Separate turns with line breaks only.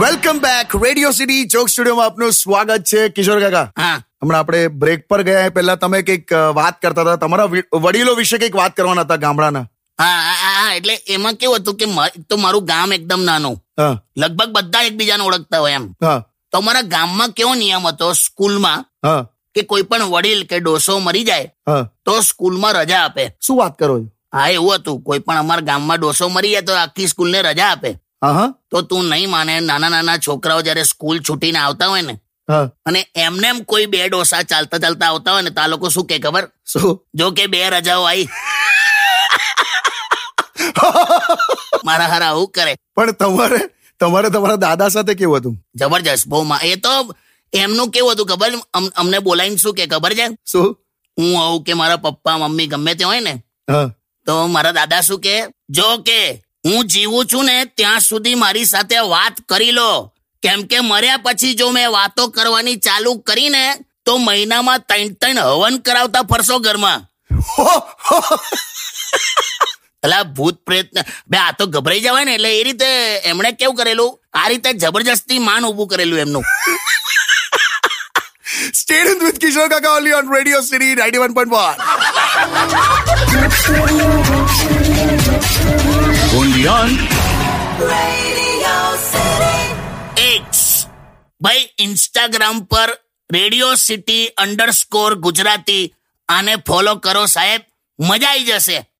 Welcome back Radio City jock સ્ટુડિયોમાં આપનું સ્વાગત છે કિશોર કાકા
હા
હમણાં આપણે બ્રેક પર ગયા એ પહેલા તમે કંઈક અ, વાત કરતા હતા તમારા વી- વડીલો વિશે કંઈક વાત કરવાના હતા ગામડાના
હા હા, હા હા, એટલે એમાં કેવું હતું કે મા- એક તો મારું ગામ એકદમ નાનું
હા
લગભગ બધા એકબીજાને ઓળખતા હોય એમ
હા
તો અમારા ગામમાં કેવો નિયમ હતો સ્કૂલમાં
હા
કે કોઈ પણ વડીલ કે ડોસો મરી જાય
હા
તો સ્કૂલમાં રજા આપે
શું વાત કરો છો
હા એવું હતું કોઈ પણ અમારા ગામમાં ડોસો મરી જાય તો આખી સ્કૂલને રજા આપે
હા હા
તો તું નહીં માને નાના નાના છોકરાઓ જ્યારે સ્કૂલ છૂટીને આવતા હોય ને
હા
અને એમને એમ કોઈ બે ડોસા ચાલતા ચાલતા આવતા હોય ને તો આ લોકો શું કે ખબર
શું
જો કે બે રજાઓ આવી મારા હારા આવું કરે
પણ તમારે તમારે તમારા દાદા સાથે કેવું હતું
જબરજસ્ત બહુ મા- એ તો એમનું કેવું હતું ખબર છે? અમ- અમને બોલાવીને શું કે ખબર છે
શું
હું આવું કે મારા પપ્પા મમ્મી ગમે તે હોય ને
હા
તો મારા દાદા શું કે જો કે હું જીવું છું ને ત્યાં સુધી મારી સાથે વાત કરી લો કેમ કે મર્યા પછી જો મેં વાતો કરવાની ચાલુ કરીને તો મહિનામાં ત્રણ ત્રણ હવન કરાવતા ફરશો ઘરમાં એટલે ભૂત પ્રેત ને- બે આ તો ગભરાઈ જવાય ને એટલે એ રીતે એમણે કેવું કરેલું આ રીતે જબરજસ્તી માન ઉભું કરેલું એમનું
સ્ટેડિયમ વિથ કિશોર કાકા only on Radio City ninety one point one
Radio City.
એક્સ ભાઈ ઇન્સ્ટાગ્રામ પર રેડિયો સિટી અંડરસ્કોર ગુજરાતી આને ફોલો કરો સાહેબ મજા આવી જશે